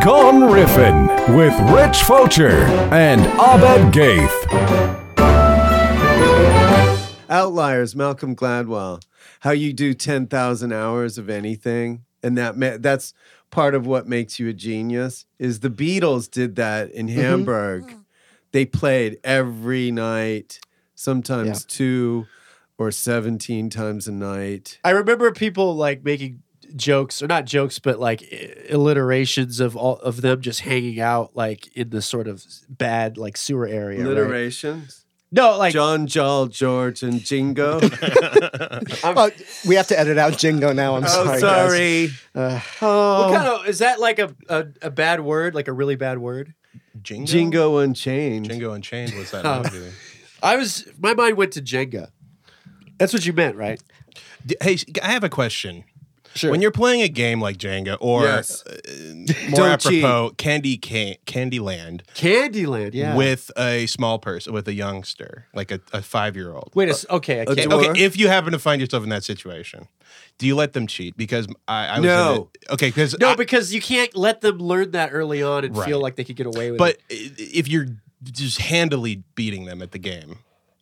Gone Riffin with Rich Fulcher and Abed Gaith. Outliers, Malcolm Gladwell. How you do 10,000 hours of anything and that ma- that's part of what makes you a genius is the Beatles did that in Mm-hmm. Hamburg. They played every night, sometimes Yeah. 2 or 17 times a night. I remember people like making jokes or not jokes, but like i- alliterations of all of them just hanging out like in this sort of bad like sewer area. right? Alliterations. No, like John Jol, George, and Jingo. Oh, we have to edit out Jingo now. I'm oh, sorry. Guys. sorry. Uh, what Oh, kind of is that like a, a a bad word, like a really bad word? Jingo? Jingo Unchained. Jingo Unchained was that Oh. movie. I was my mind went to Jenga. That's what you meant, right? D- Hey, sh- I have a question. Sure. When you're playing a game like Jenga or Yes. uh, more Don't cheat. apropos, Candy Can- Candyland Candyland, yeah. with a small person, with a youngster, like a, a five year old. Wait a s- okay, I a can't. door. Okay, if you happen to find yourself in that situation, do you let them cheat? Because I, I was No. in it. okay, because No, because you can't let them learn that early on and Right. feel like they could get away with but it. i- if you're just handily beating them at the game,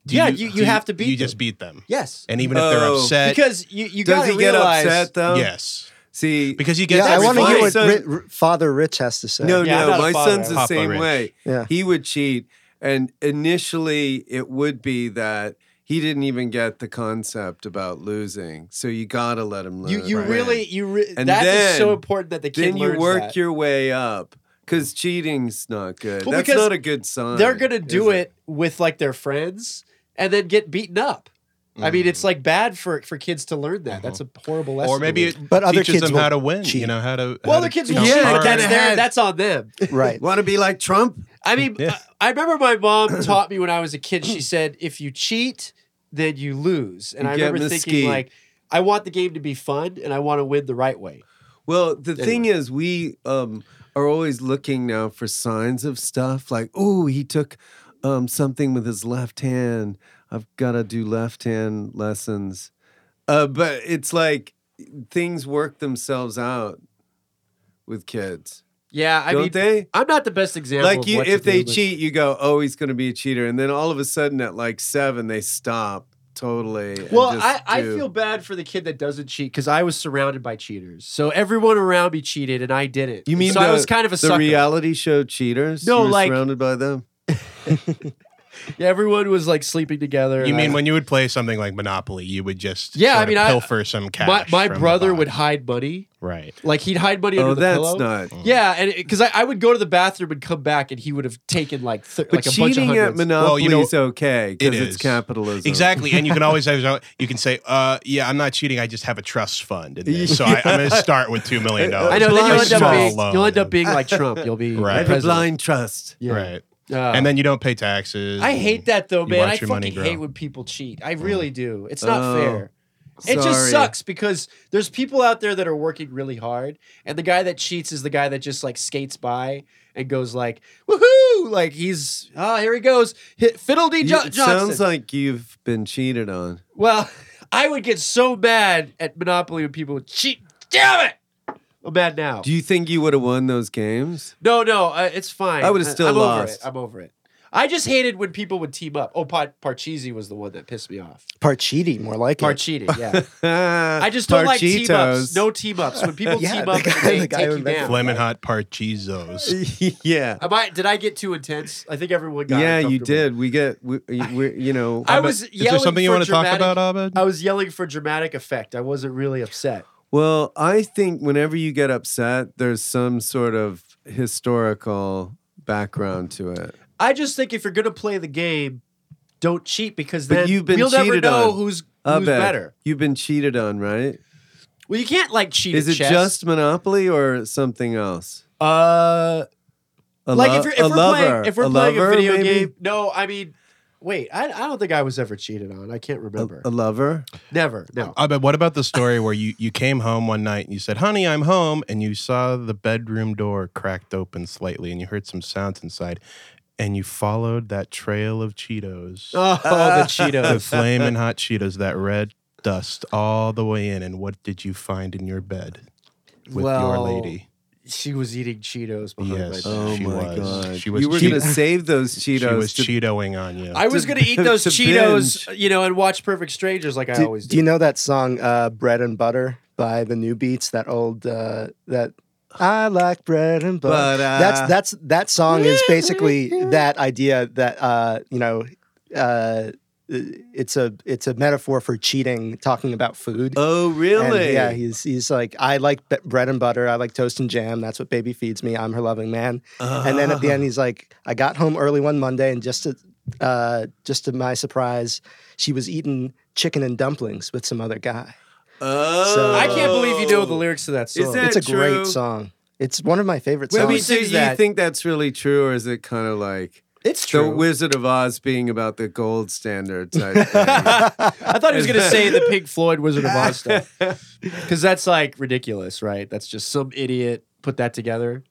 do Yeah, you- you do have to beat You them. just beat them, Yes. and even if they're Oh, upset, Because um, you, you Does gotta he get realize upset though? yes, See, because you get yeah, I that want to reflex. hear My what son- Ri- Ri- Father Rich has to say. No, Yeah, I'm no, not a my father. son's the Papa same Rich. way. Yeah. He would cheat, and initially it would be that he didn't even get the concept about losing. So you gotta let him lose. You you really you re- And that is so then- important that the kid then you learns work that. your way up because cheating's not good. Well, That's because not a good sign. They're gonna do is it with like their friends and then get beaten up. I mean, it's like bad for for kids to learn that. That's a horrible lesson. or to maybe learn. it But other teaches kids them will how to win. cheat. You know how to. well, how the to kids become will cheat, but smart. that's their, ahead. that's on them. Right. Want to be like Trump? I mean, Yeah. I, I remember my mom taught me when I was a kid. She said, "If you cheat, then you lose." And You I get remember mesquite. thinking, like, I want the game to be fun and I want to win the right way. Well, the thing is, we um, are always looking now for signs of stuff like, oh, he took um, something with his left hand. I've got to do left hand lessons. Uh, but it's like things work themselves out with kids, Yeah, I don't mean, they? I'm not the best example. Like of you, what to if they do, but- cheat, you go, "Oh, he's going to be a cheater," and then all of a sudden, at like seven, they stop totally. and Well, just I, I do- feel bad for the kid that doesn't cheat because I was surrounded by cheaters. So everyone around me cheated and I didn't. You mean so the, I was kind of a the sucker. reality show cheaters? No, You were like- surrounded by them. Yeah, everyone was like sleeping together. You and mean I- when you would play something like Monopoly, you would just uh, Yeah, sort I of mean, I- pilfer some cash. my, my from the brother would box. hide money? right. Like he'd hide money under Oh, the that's pillow. not. Yeah, and because I, I would go to the bathroom and come back, and he would have taken like th- But like a bunch of cheating at hundreds. Monopoly Well, you know, is okay it because it's is. capitalism. Exactly, and you can always you can say, uh, "Yeah, I'm not cheating. I just have a trust fund, in this, so I, I'm going to start with two million dollars." I know. Then you'll Blind end up small being loan. you'll end up being like Trump. You'll be Right. The president. blind trust. Yeah. right, Uh, and then you don't pay taxes. I hate that though, You man. watch I your money fucking hate grow. when people cheat. I really do. It's not Oh, fair. It sorry. just sucks because there's people out there that are working really hard, and the guy that cheats is the guy that just like skates by and goes like woohoo, like he's oh here he goes, hit fiddledy You- jo- it Johnson. sounds like you've been cheated on. Well, I would get so mad at Monopoly when people would cheat. Damn it! I'm mad now. Do you think you would have won those games? no, no, uh, it's fine. I would've still I'm lost. Over it. I'm over it. I just hated when people would team up. Oh, Pot- Parcheesi was the one that pissed me off. Parcheesi, more like it. Parcheesi, yeah. I I just don't like team ups. Parchitos. No team ups. When people Yeah, team up, the guy- they the guy take who you invented down. Flamin' hot Uh, parchizos. yeah, Am I, did I get too intense? I think everyone got. yeah, you uncomfortable. did. We get we, we you know. I was Is yelling there something you for want to talk dramatic- about, Abed? I was yelling for dramatic effect. I wasn't really upset. Well, I think whenever you get upset, there's some sort of historical background to it. I just think if you're gonna play the game, don't cheat because But then you've been we'll never cheated know on. who's I who's bet. better. You've been cheated on, right? Well, you can't like cheat. Is at it chess. just Monopoly or something else? uh A like lo- if, you're, a if we're lover, playing if we're a playing lover, a video maybe? game? No, I mean, wait, I, I don't think I was ever cheated on. I can't A, remember. a lover. never, no. Abed, what about the story where you, you came home one night and you said, Honey, I'm home. And you saw the bedroom door cracked open slightly and you heard some sounds inside. And you followed that trail of Cheetos, Oh, the the Cheetos. flaming hot Cheetos, that red dust all the way in, and what did you find in your bed with your Well, lady? She was eating Cheetos behind Yes. my Oh back. she my was. god! She was you were cheat- gonna save those She was Cheetos. to- Cheetoing on you. I was To- gonna eat those to Cheetos, you know, and watch Perfect Strangers like I Do, always do do. you know that song uh, "Bread and Butter" by the New Beats? That old uh, that I like bread and butter. But, uh, that's that's that song is basically that idea that uh, you know uh, it's a it's a metaphor for cheating, talking about food. oh And, really? yeah, he's he's like I like b- bread and butter. I like toast and jam. That's what baby feeds me. I'm her loving man. And then at the end, he's like, I got home early one Monday, and just to uh, just to my surprise, she was eating chicken and dumplings with some other guy. Oh, So- I can't believe you know the lyrics to that song. Is that it's a true? great song. It's one of my favorite Wait, I songs. mean, Who do sings you that? think that's really true, or is it kind of like it's true. the Wizard of Oz being about the gold standard type thing? I thought he Is was going to that- say the Pink Floyd Wizard of Oz stuff. Because that's like ridiculous, right? That's just some idiot put that together.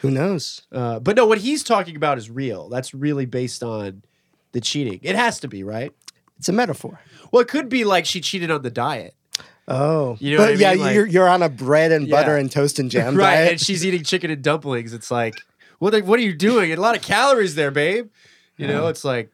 Who knows? Uh, but no, what he's talking about is real. That's really based on the cheating. It has to be, right? It's a metaphor. Well, it could be like she cheated on the diet. Oh, You know but what I yeah, mean? Like- you're you're on a bread and Yeah. butter and toast and jam right. diet. And she's eating chicken and dumplings. It's like, what, the- what are you doing? A lot of calories there, babe. You know, it's like,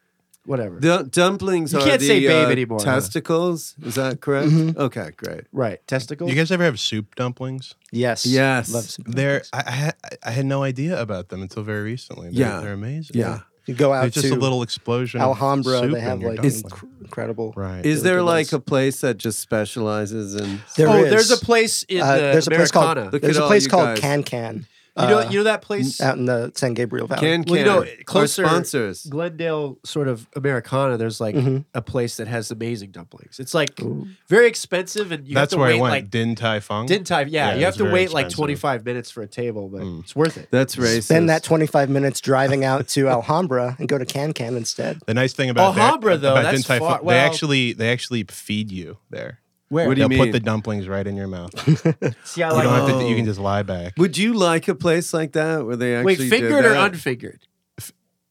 whatever. Dum- dumplings You are can't the say babe uh, anymore, huh? Mm-hmm. testicles. Is that correct? Okay, great. right. Testicles? you guys ever have soup dumplings? yes, Oh, Yes. Love some They're I, I, had- I had no idea about them until very recently. They're, Yeah. they're amazing. Yeah. You go out It's just to a little explosion. of Alhambra. soup They in have your like dumpling. inc- incredible. right. Is Really there good like ones. a place that just specializes in? There oh, is. there's a place in Uh, the there's a place called Americana. Look there's at a all place you called guys. Can Can. uh, you, know, you know that place? out in the San Gabriel Valley. Can can Well, you know, our closer- sponsors. Glendale sort of Americana, there's like Mhm. a place that has amazing dumplings. It's like very expensive and you That's have to where wait I went. like Din Tai Fung. din tai. Yeah, Yeah, you have it's to very wait like expensive. Mm. 25 minutes for a table, but it's worth it. That's racist. Spend that 25 minutes driving out to Alhambra and go to Can Can instead. The nice thing about that- Alhambra, though, about that's Din Tai far- Fung, well- they actually they actually feed you there. Where? What do you They'll mean? put the dumplings right in your mouth. You See, I don't like have to. Oh. You can just lie back. Would you like a place like that where they actually Wait, did fingered or that? unfingered?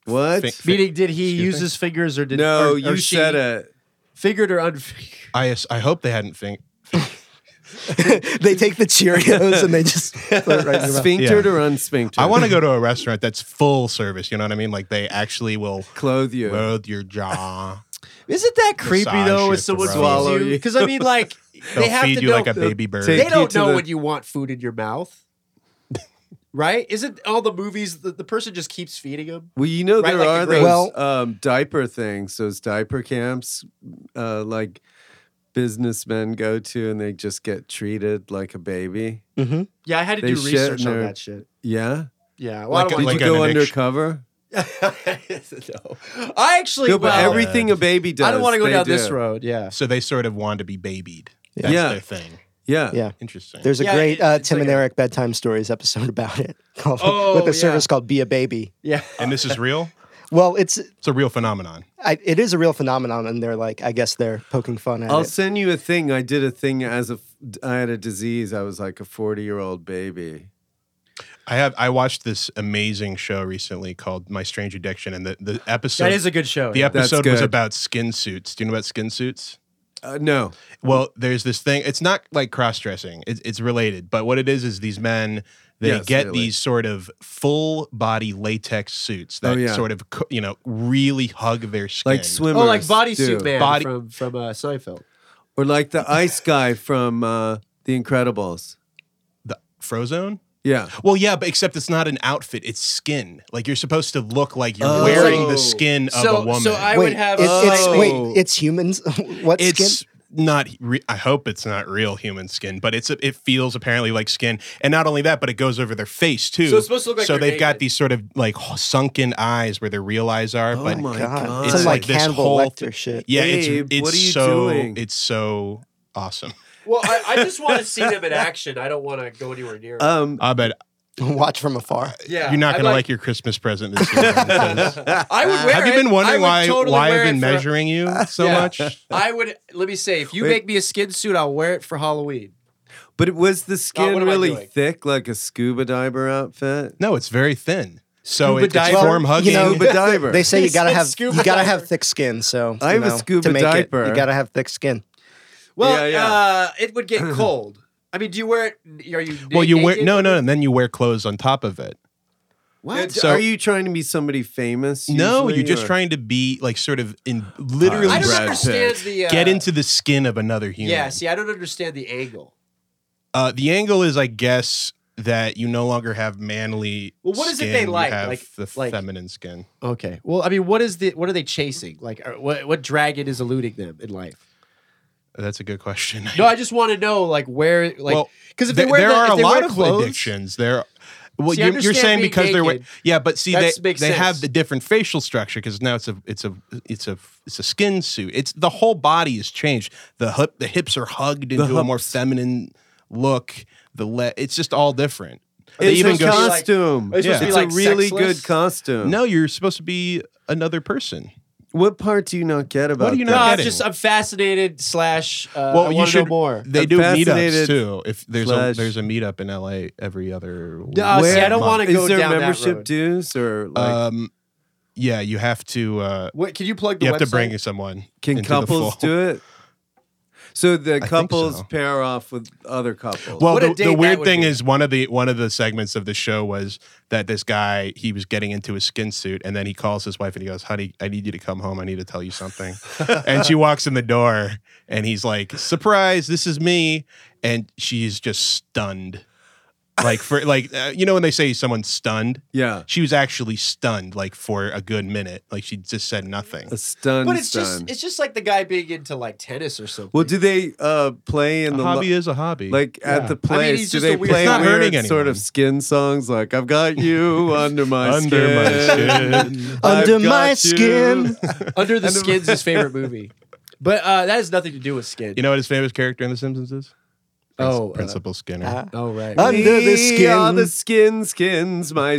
What? Fi- Meaning, did he Excuse use me? his fingers or did no, or, you or she said it. Fingered or unfingered? I ass- I hope they hadn't think. they take the Cheerios and they just put it right in your mouth. Sphinctered Yeah. or unsphinctered? I want to go to a restaurant that's full service. You know what I mean? Like they actually will clothe you. load your jaw. Isn't that creepy Massage though? you When at the someone restaurant. feeds you, Swallow you. because I mean, like They'll they have feed to you know like a they'll baby bird. take- they you don't to know the- when you want food in your mouth, right? Isn't all the movies the, the person just keeps feeding them? Well, you know Right, there like the are grapes. those Well- um, diaper things, those diaper camps, uh, like businessmen go to, and they just get treated like a baby. Mhm. Yeah, I had to They do shit research in on their- that shit. Yeah. Yeah, well, Like I a- don't Did like you go an addiction. undercover? no. I actually, No, but well, uh, everything a baby does. I don't want to go they down this do. road. Yeah, So they sort of want to be babied. That's Yeah. their thing. Yeah. Yeah. Interesting. There's a Yeah, great it- uh, it's Tim like and a- Eric bedtime stories episode about it called, Oh, with a yeah. service called Be a Baby. yeah. and this is real. Well, it's It's a real phenomenon. I, it is a real phenomenon, and they're like I guess they're poking fun at I'll it. send you a thing. I did a thing as a. I had a disease. I was like a forty-year-old baby. I have I watched this amazing show recently called My Strange Addiction, and the, the episode that is a good show. the yeah. That's episode was good. about skin suits. Do you know about skin suits? Uh, no, Well, there's this thing. It's not like cross dressing. It's, it's related, but what it is is these men they Yes, get really. these sort of full body latex suits that Oh, yeah. sort of co- you know really hug their skin. like swimmers. Oh, like do. bodysuit man Body- from from uh, Seinfeld. or like the ice guy from uh, The Incredibles. the Frozone. Yeah, Well, yeah, but except it's not an outfit; it's skin. Like you're supposed to look like you're Oh. wearing the skin of So- a woman. so I would have It's, it's, slightly- wait, it's humans. what skin? it's not re- i hope it's not real human skin but it's it feels apparently like skin and not only that but it goes over their face too So it's supposed to look like so they're they've got naked. these sort of like sunken eyes where their real eyes are Oh but my God, God. it's it's like, like this Hannibal whole Lecter thi- shit. yeah Babe, it's, it's what are you so doing? it's so awesome Well, I, I just want to see them in action. I don't want to go anywhere near. it. um, i bet Watch from afar. yeah, Uh, you're not I'd gonna like, your christmas present this year because- I would wear have you it. been I wondering would why totally why wear i've it been for- measuring you so Yeah. much I would let me say if you Wait. make me a skin suit, I'll wear it for Halloween. but it was the skin Oh, what am I really doing? thick, like a scuba diver outfit? no it's very thin so Scuba it, it's diver? form hugging You know, Scuba diver. They say He you gotta said have scuba you gotta diver. have thick skin. So I you have a know, scuba to make it, diaper. you gotta have thick skin. Yeah, Well, yeah. Uh, it would get cold. I mean, do you wear it? Are you? well, you wear naked? no, no, and then you wear clothes on top of it. What? So- are you trying to be somebody famous? no, usually, you're just or- trying to be like sort of in literally uh, I don't Brad Pitt. understand the, uh, get into the skin of another human. Yeah. See, I don't understand the angle. Uh, the angle is, I guess, that you no longer have manly. Well, what is it skin, they you like? have Like- the like- feminine skin. Okay. Well, I mean, what is the? What are they chasing? Like, are, what what dragon is eluding them in life? That's a good question. No, I just want to know like where like Well, because if there, they wear there the, are if a they lot wear of clothes, addictions. There, well, See, I you're, you're understand saying being because they're wa- naked. yeah, but see That's- they makes they sense. have the different facial structure because now it's a it's a it's a it's a skin suit. It's the whole body is changed. The hip the hips are hugged into a more feminine look. The le- it's just all different. They It's even a go- costume. It's supposed to be It's like a really sexless? good costume. No, you're supposed to be another person. What part do you not get about do you that? not No, get? I'm Getting. just I'm fascinated slash. Uh, I well, you wanna know should more. They I'm do meetups fascinated too. If there's slash- a there's a meetup in LA every other. Uh, see, I don't month. want to Is go there down that membership road. Uh, dues or like Um, yeah, you have to. Uh, What can you plug the you website? have to bring someone. can into the couples fold. do it? So the think couples so. pair off with other couples. Well, What a the, date the that weird would thing be. is one of the one of the segments of the show was that this guy he was getting into his skin suit, and then he calls his wife and he goes, "Honey, I need you to come home. I need to tell you something." and she walks in the door, and he's like, "Surprise! This is me!" And she's just stunned. Like for like uh, you know when they say someone's stunned, yeah, she was actually stunned like for a good minute. Like she just said nothing. a stun. But it's stun. just it's just like the guy being into like tennis or something. well, do they uh, play in A the lo- hobby is a hobby. like at the Yeah. I mean, place? he's do just they a weird- play It's not weird hurting sort anyone. of skin songs like "I've got you under my Under my skin. I've Under my got you." skin. Under the Skin's his favorite movie, but uh, that has nothing to do with skin. You know what his famous character in The Simpsons is? oh, uh, Principal Skinner. oh right. Uh, Under the We are skin. the skin skins, my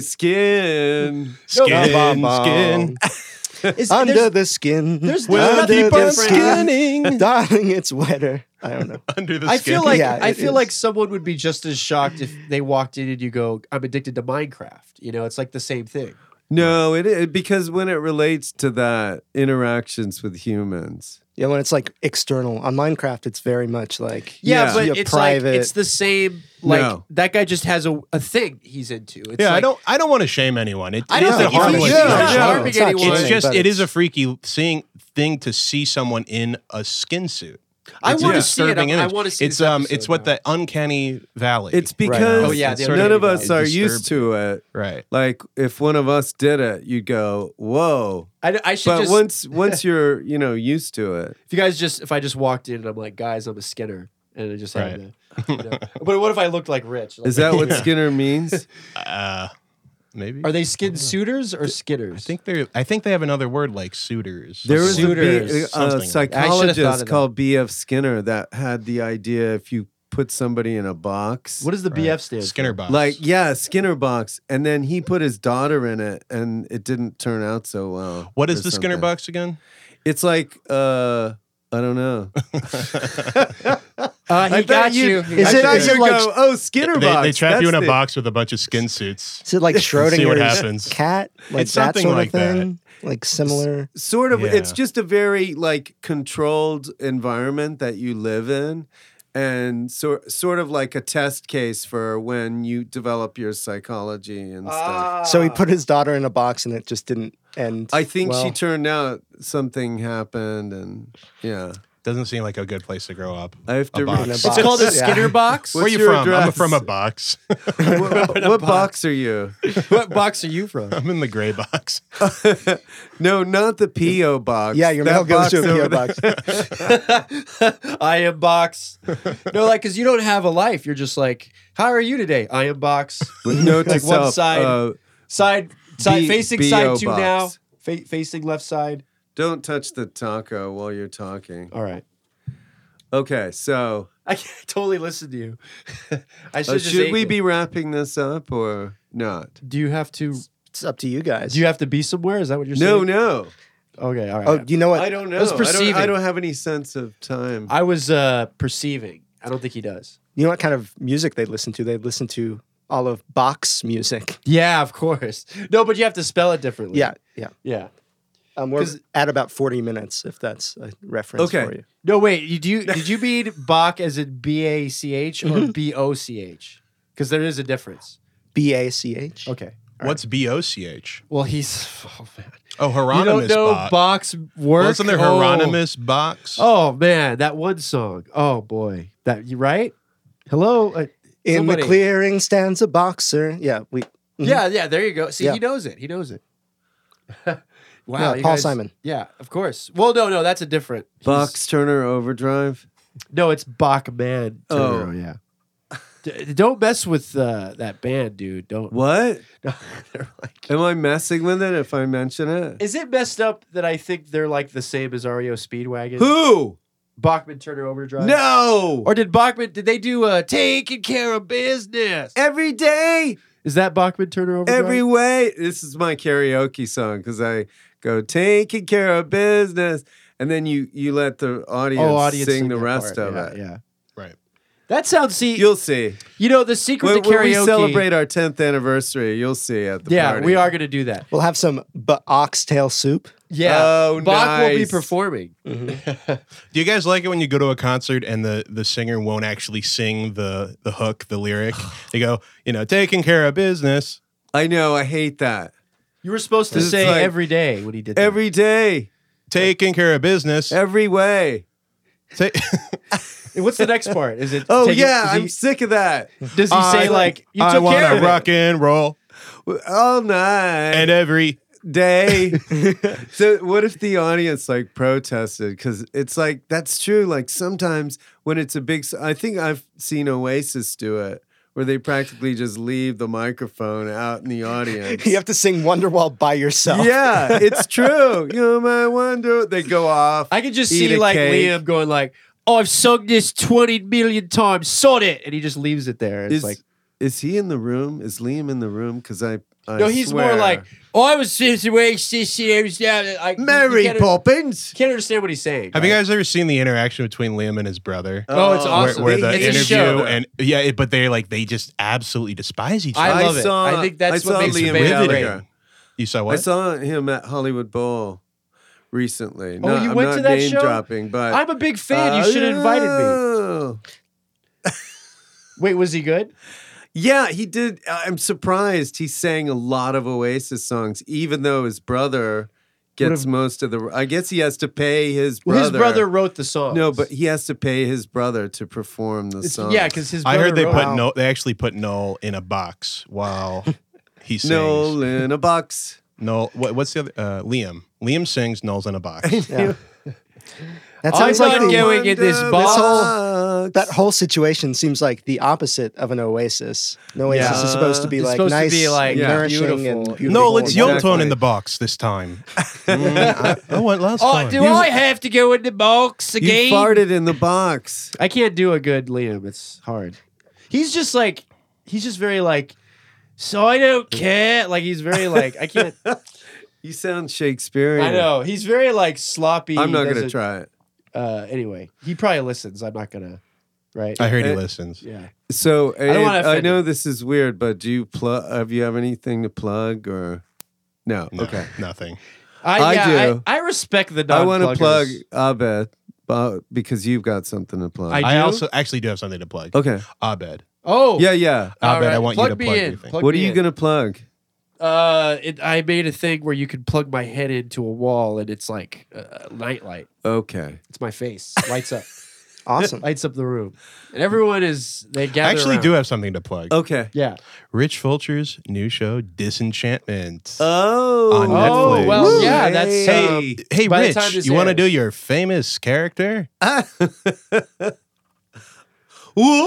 skin. Skin, Bum, bum, skin. bum. Under the skin. there's under nothing the different. skin. Darling, it's wetter. I don't know. Under the I skin. feel like Yeah, I it feel is. like someone would be just as shocked if they walked in and you go, "I'm addicted to Minecraft." You know, it's like the same thing. No, it is because when it relates to that interactions with humans, Yeah, when it's like external. On Minecraft, it's very much like Yeah, Yeah. but Your it's like private- it's the same. Like No. that guy just has a, a thing he's into. It's yeah, I like- don't. I don't want to shame anyone. It, I don't it's think a he's, harmless. he's Yeah, not yeah. thing. harming It's not anyone. It's Right, just. but It is it's- a freaky seeing thing to see someone in a skin suit. I It's a want to see it. disturbing I image. want to see. It's this um. episode It's what now. the uncanny valley. it's Right. because Oh, yeah, the It's other none sort of way us around. are It's used to it. right. Like if one of us did it, you'd go, "Whoa!" I, I should But just. once once you're you know used to it, if you guys just, if I just walked in and I'm like, guys, I'm a Skinner, and I just had Right. to. you know. but what if I looked like Rich? Like, is that what Skinner means? Uh, maybe. Are they skin suitors or skitters? I think they're. I think they have another word like suitors. There was a, B, uh, Suitors, a I should've thought something. of psychologist that. called B.F. Skinner that had the idea if you put somebody in a box, What does the BF stand? for? Skinner box. like yeah, Skinner box, and then he put his daughter in it, and it didn't turn out so well. What is or the Skinner something. box again? It's like uh, I don't know. Uh, he I got thought you. you'd- Is I it thought actually you'd like- go, oh Skinner They, box? they trap you in that's a the- box with a bunch of skin suits. Is it like Schrodinger's see what happens. cat? Like It's that something sort like of thing? Like similar. Sort of. It's Yeah. just a very like controlled environment that you live in, and sort sort of like a test case for when you develop your psychology and stuff. Ah. So he put his daughter in a box and it just didn't end. I think well. she turned out something happened, and yeah, Doesn't seem like a good place to grow up. I have A to. box. read In a Wh- It's called a box. Yeah. Skinner box. Where are What's you your from? I'm address? from a box. What, what box are you? what box are you from? I'm in the gray box. No, not the PO box. Yeah, your That mail goes box to a over PO there. box. I am box. No, like because you don't have a life. You're just like, how are you today? I am box. With note Like to one self, side. uh, Side, side, B- facing BO side two box. now. Fa- facing left side. don't touch the taco while you're talking. All right. Okay, so I can't totally listen to you. I uh, should. just should ate we it. be wrapping this up or not? Do you have to? It's up to you guys. Do you have to be somewhere? Is that what you're No, saying? no. No. Okay. All right. oh, you know what? I don't know. was I don't- perceiving. I don't, have any sense of time. I was uh, perceiving. I don't think he does. you know what kind of music they listen to? They listen to all of Bach's music. Yeah, of course. No, but you have to spell it differently. Yeah, yeah. Yeah. Um, we're 'Cause- at about 40 minutes, if that's a reference Okay. for you. No, wait. You do you did you mean Bach as in B A C H or B O C H? Because there is a difference. B A C H. Okay. What's B O C H? Well, he's oh man. Oh, you don't Hieronymus know Bach. Bach's work. Well, isn't there Oh. Hieronymus Box? Oh. man, that one song. Oh boy, that you right? Hello. Uh, In Somebody- the clearing stands a boxer. Yeah, we. mhm. Mm-hmm. Yeah, yeah. There you go. See, Yeah. he knows it. He knows it. wow, Yeah, you Paul Simon. Yeah, of course. Well, no, no, that's a different. he's- Box Turner Overdrive. No, it's Bach Man. Oh. Oh yeah. D- don't mess with uh, that band, dude. Don't. What? They're like- Am I messing with it if I mention it? Is it messed up that I think they're like the same as REO Speedwagon? Who? Bachman Turner Overdrive? No. Or did Bachman, did they do uh, Taking Care of Business? every day, Is that Bachman Turner Overdrive? every way. This is my karaoke song because I go taking care of business, and then you you let the audience, oh, audience sing, the that rest part. of Yeah, it. Yeah. Right. That sounds, see, You'll see. you know, the secret When, to when karaoke. we celebrate our 10th anniversary, you'll see at the yeah, party. we are going to do that. We'll have some b- oxtail soup. Yeah. Oh, Bach will be nice. performing. Do you guys like it when you go to a concert and the, the singer won't actually sing the, the hook, the lyric? They go, you know, taking care of business. I know. I hate that. You were supposed to It's say like- every day when he did that. Every day, Taking care of business. every way. Ta- What's the next part? Is it? Oh taking- yeah, does I'm he- sick of that. Does he I say like you I took want care to of it? rock and roll All night. uh, and every day. so what if the audience like protested? Because it's like that's true. Like sometimes when it's a big, s- I think I've seen Oasis do it, where they practically just leave the microphone out in the audience. You have to sing Wonderwall by yourself. yeah, it's true. You're my wonder. They go off. I could just Eat see a like cake. Liam going like, "Oh, I've sung this twenty million times, sod it," and he just leaves it there. It's is like, is he in the room? Is Liam in the room? Because I, I no, he's more swear- like, "Oh, I was this way, this year, yeah." Like, you- you Mary can't- Poppins. you Can't understand what he's saying. Have you right? guys ever seen the interaction between Liam and his brother? Oh, it's awesome. Where, where the It's a interview show. and yeah, it, but they like they just absolutely despise each other. I love it. saw- I think that's I what saw makes Liam it Gallagher. great. you saw I what? saw him at Hollywood Bowl recently. Oh, you I'm went not to that name show? dropping, but Oh. I'm a big fan. You should have invited me. me. Uh, Wait, was he good? Yeah, he did. I- I'm surprised he sang a lot of Oasis songs, even though his brother gets Would've- most of the. I guess he has to pay his Well, brother. his brother wrote the song. No, but he has to pay his brother to perform the it's, song. yeah, because his. I brother heard they wrote- put Noel. They actually put Noel in a box while he sings. Noel. Noel in a box. what, what's the other? Uh, Liam. Liam sings. Noel's in a box. Yeah. That I'm sounds like not the- going- in this Wonder box. whole- that whole situation seems like the opposite of an oasis. An oasis Yeah. is supposed to be It's like supposed to nice, be, like, yeah, nourishing, and beautiful. beautiful. Noel, it's your- Yolton Exactly. in the box this time. Mm, I, I went last Oh, time. do I have to go in the box you again? farted in the box. I can't do a good Liam. It's hard. He's just like he's just very like. So I don't care. Like he's very like I can't. You sound Shakespearean. I know he's very like sloppy. I'm not gonna doesn't- try it. Uh, anyway, he probably listens. I'm not gonna. Right? I heard he Uh, listens. yeah. So Ed, wanna I, offend know this is weird, but do you plug? Have you have anything to plug or no? No, Okay, Nothing. I, I yeah, do. I, I respect the. I want to plug non-pluggers. Abed but- because you've got something to plug. I I, do? Uh, also actually do have something to plug. okay, Abed. Oh yeah, yeah. all Abed, I right. want you to me plug in. your thing. Plug what are me you in. gonna plug? Uh, it, I made a thing where you can plug my head into a wall, and it's like a a nightlight. Okay, It's my face lights up, awesome. lights up the room, and everyone is they gather. I actually around. Uh, do have something to plug. okay. Yeah. Rich Fulcher's new show, Uh, Disenchantment. Oh, On Netflix. Oh well, Woo. yeah. That's Hey. um, hey, by the Rich, time this you want to airs. do your famous character? Woo!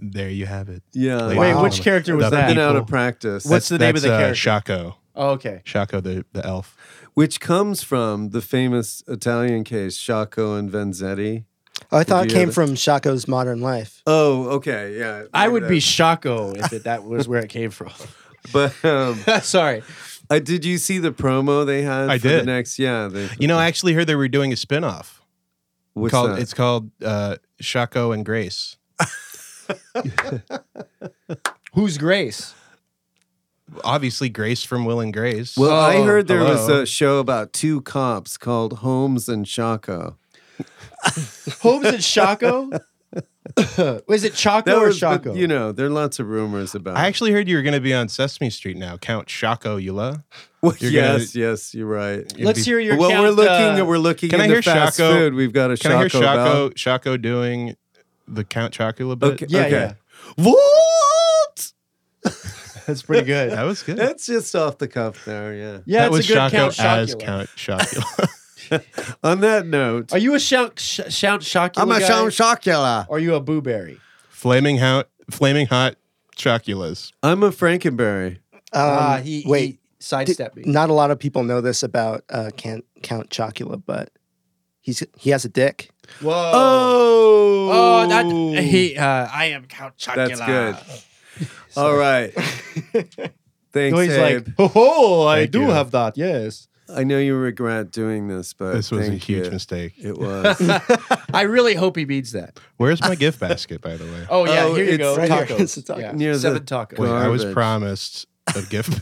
There you have it. Yeah. Ladies wait. and Which gentlemen. character was I've that? Been out of people. practice. What's the name of the That's, uh, character? Shaco. Oh, okay. Shaco the, the elf. Which comes from the famous Italian case Sciacco and Vanzetti. I thought Did it you came have from Shaco's Modern Life. Oh, okay, yeah. I would be Sh- Shaco if it, that was where it came from. but um, Sorry. I, did you see the promo they had? I for did. The next, yeah. They, You know, I actually heard they were doing a spinoff. what's called that? it's called uh Shaco and Grace. Who's Grace? obviously Grace from Will and Grace. Well, I Oh, heard there was hello. a show about two cops called Holmes and Shaco. Holmes and Shaco. Is it Chaco Um, That or was, but, Shaco? you know, there are lots of rumors about. I actually heard you were going to be on Sesame Street now, Count Shaco Yula. Well, you're yes, yes, you're right. You'd Let's be- hear your. Well, count, we're looking. uh, we're looking. Can I into hear fast Shaco? Food. We've got a Can I hear Shaco. bell. Shaco Shaco doing the Count Chocula bit? Okay. Yeah, okay. yeah. What? That's pretty good. That was good. That's just off the cuff there. Yeah. Yeah, that it's was a good Shaco count. as Chocula. Count Chocula. On that note, Are you a shout sh- shout Shocula? guy? Shocula. Or are you a booberry? flaming hot, flaming hot Choculas. I'm a Frankenberry. Ah, Um, he wait, he sidestepped me. not a lot of people know this about uh, Count, Count Chocula, but he's he has a dick. Whoa. Oh. Oh, that he. Uh, I am Count Chocula. That's good. Oh, All right. Thanks, So he's Abe. like, oh, ho, I Thank do you. have that. Yes, I know you regret doing this, but This was a thank huge you. mistake. It was. I really hope he beans that. Where's my gift basket, by the way? Oh yeah, Oh, here you it's go. right tacos. here. It's a taco. Yeah. Near the- Seven tacos. Wait, I was garbage. promised a gift.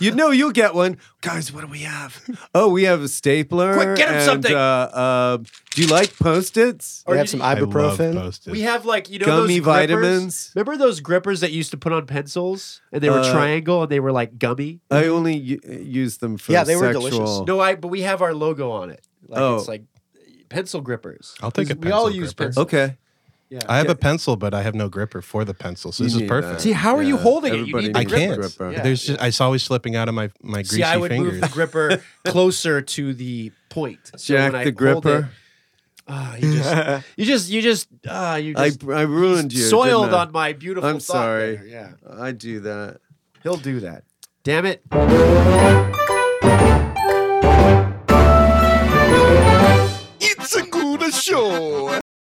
you know you'll get one, guys. What do we have? Oh, we have a stapler. Quick, get him and, something. Uh, uh, do you like post-its? We Or have you- some I love ibuprofen. Post-its. We have like you know Gummy those grippers? vitamins? Remember those grippers that you used to put on pencils and they were Uh, triangle and they were like gummy. I only u- use them for Yeah, they were sexual. delicious. No, I. But we have our logo on it. Like, Oh. it's like pencil grippers. I'll take a We all pencil use gripper. pencils. Okay. Yeah. I have a pencil, but I have no gripper for the pencil. So You this is need perfect. that. See, how are you Yeah, holding it? You everybody need I the needs a can't. gripper. gripper. Yeah. There's just, it's always slipping out of my my greasy See, I would fingers. move the gripper closer to the point. So Jack when I the hold it- gripper. Ah, you just, you just, you just, ah, you I, just I ruined you. soiled didn't I? on my beautiful. I'm thought sorry. there. Yeah, I do that. he'll do that. Damn it! It's a good show.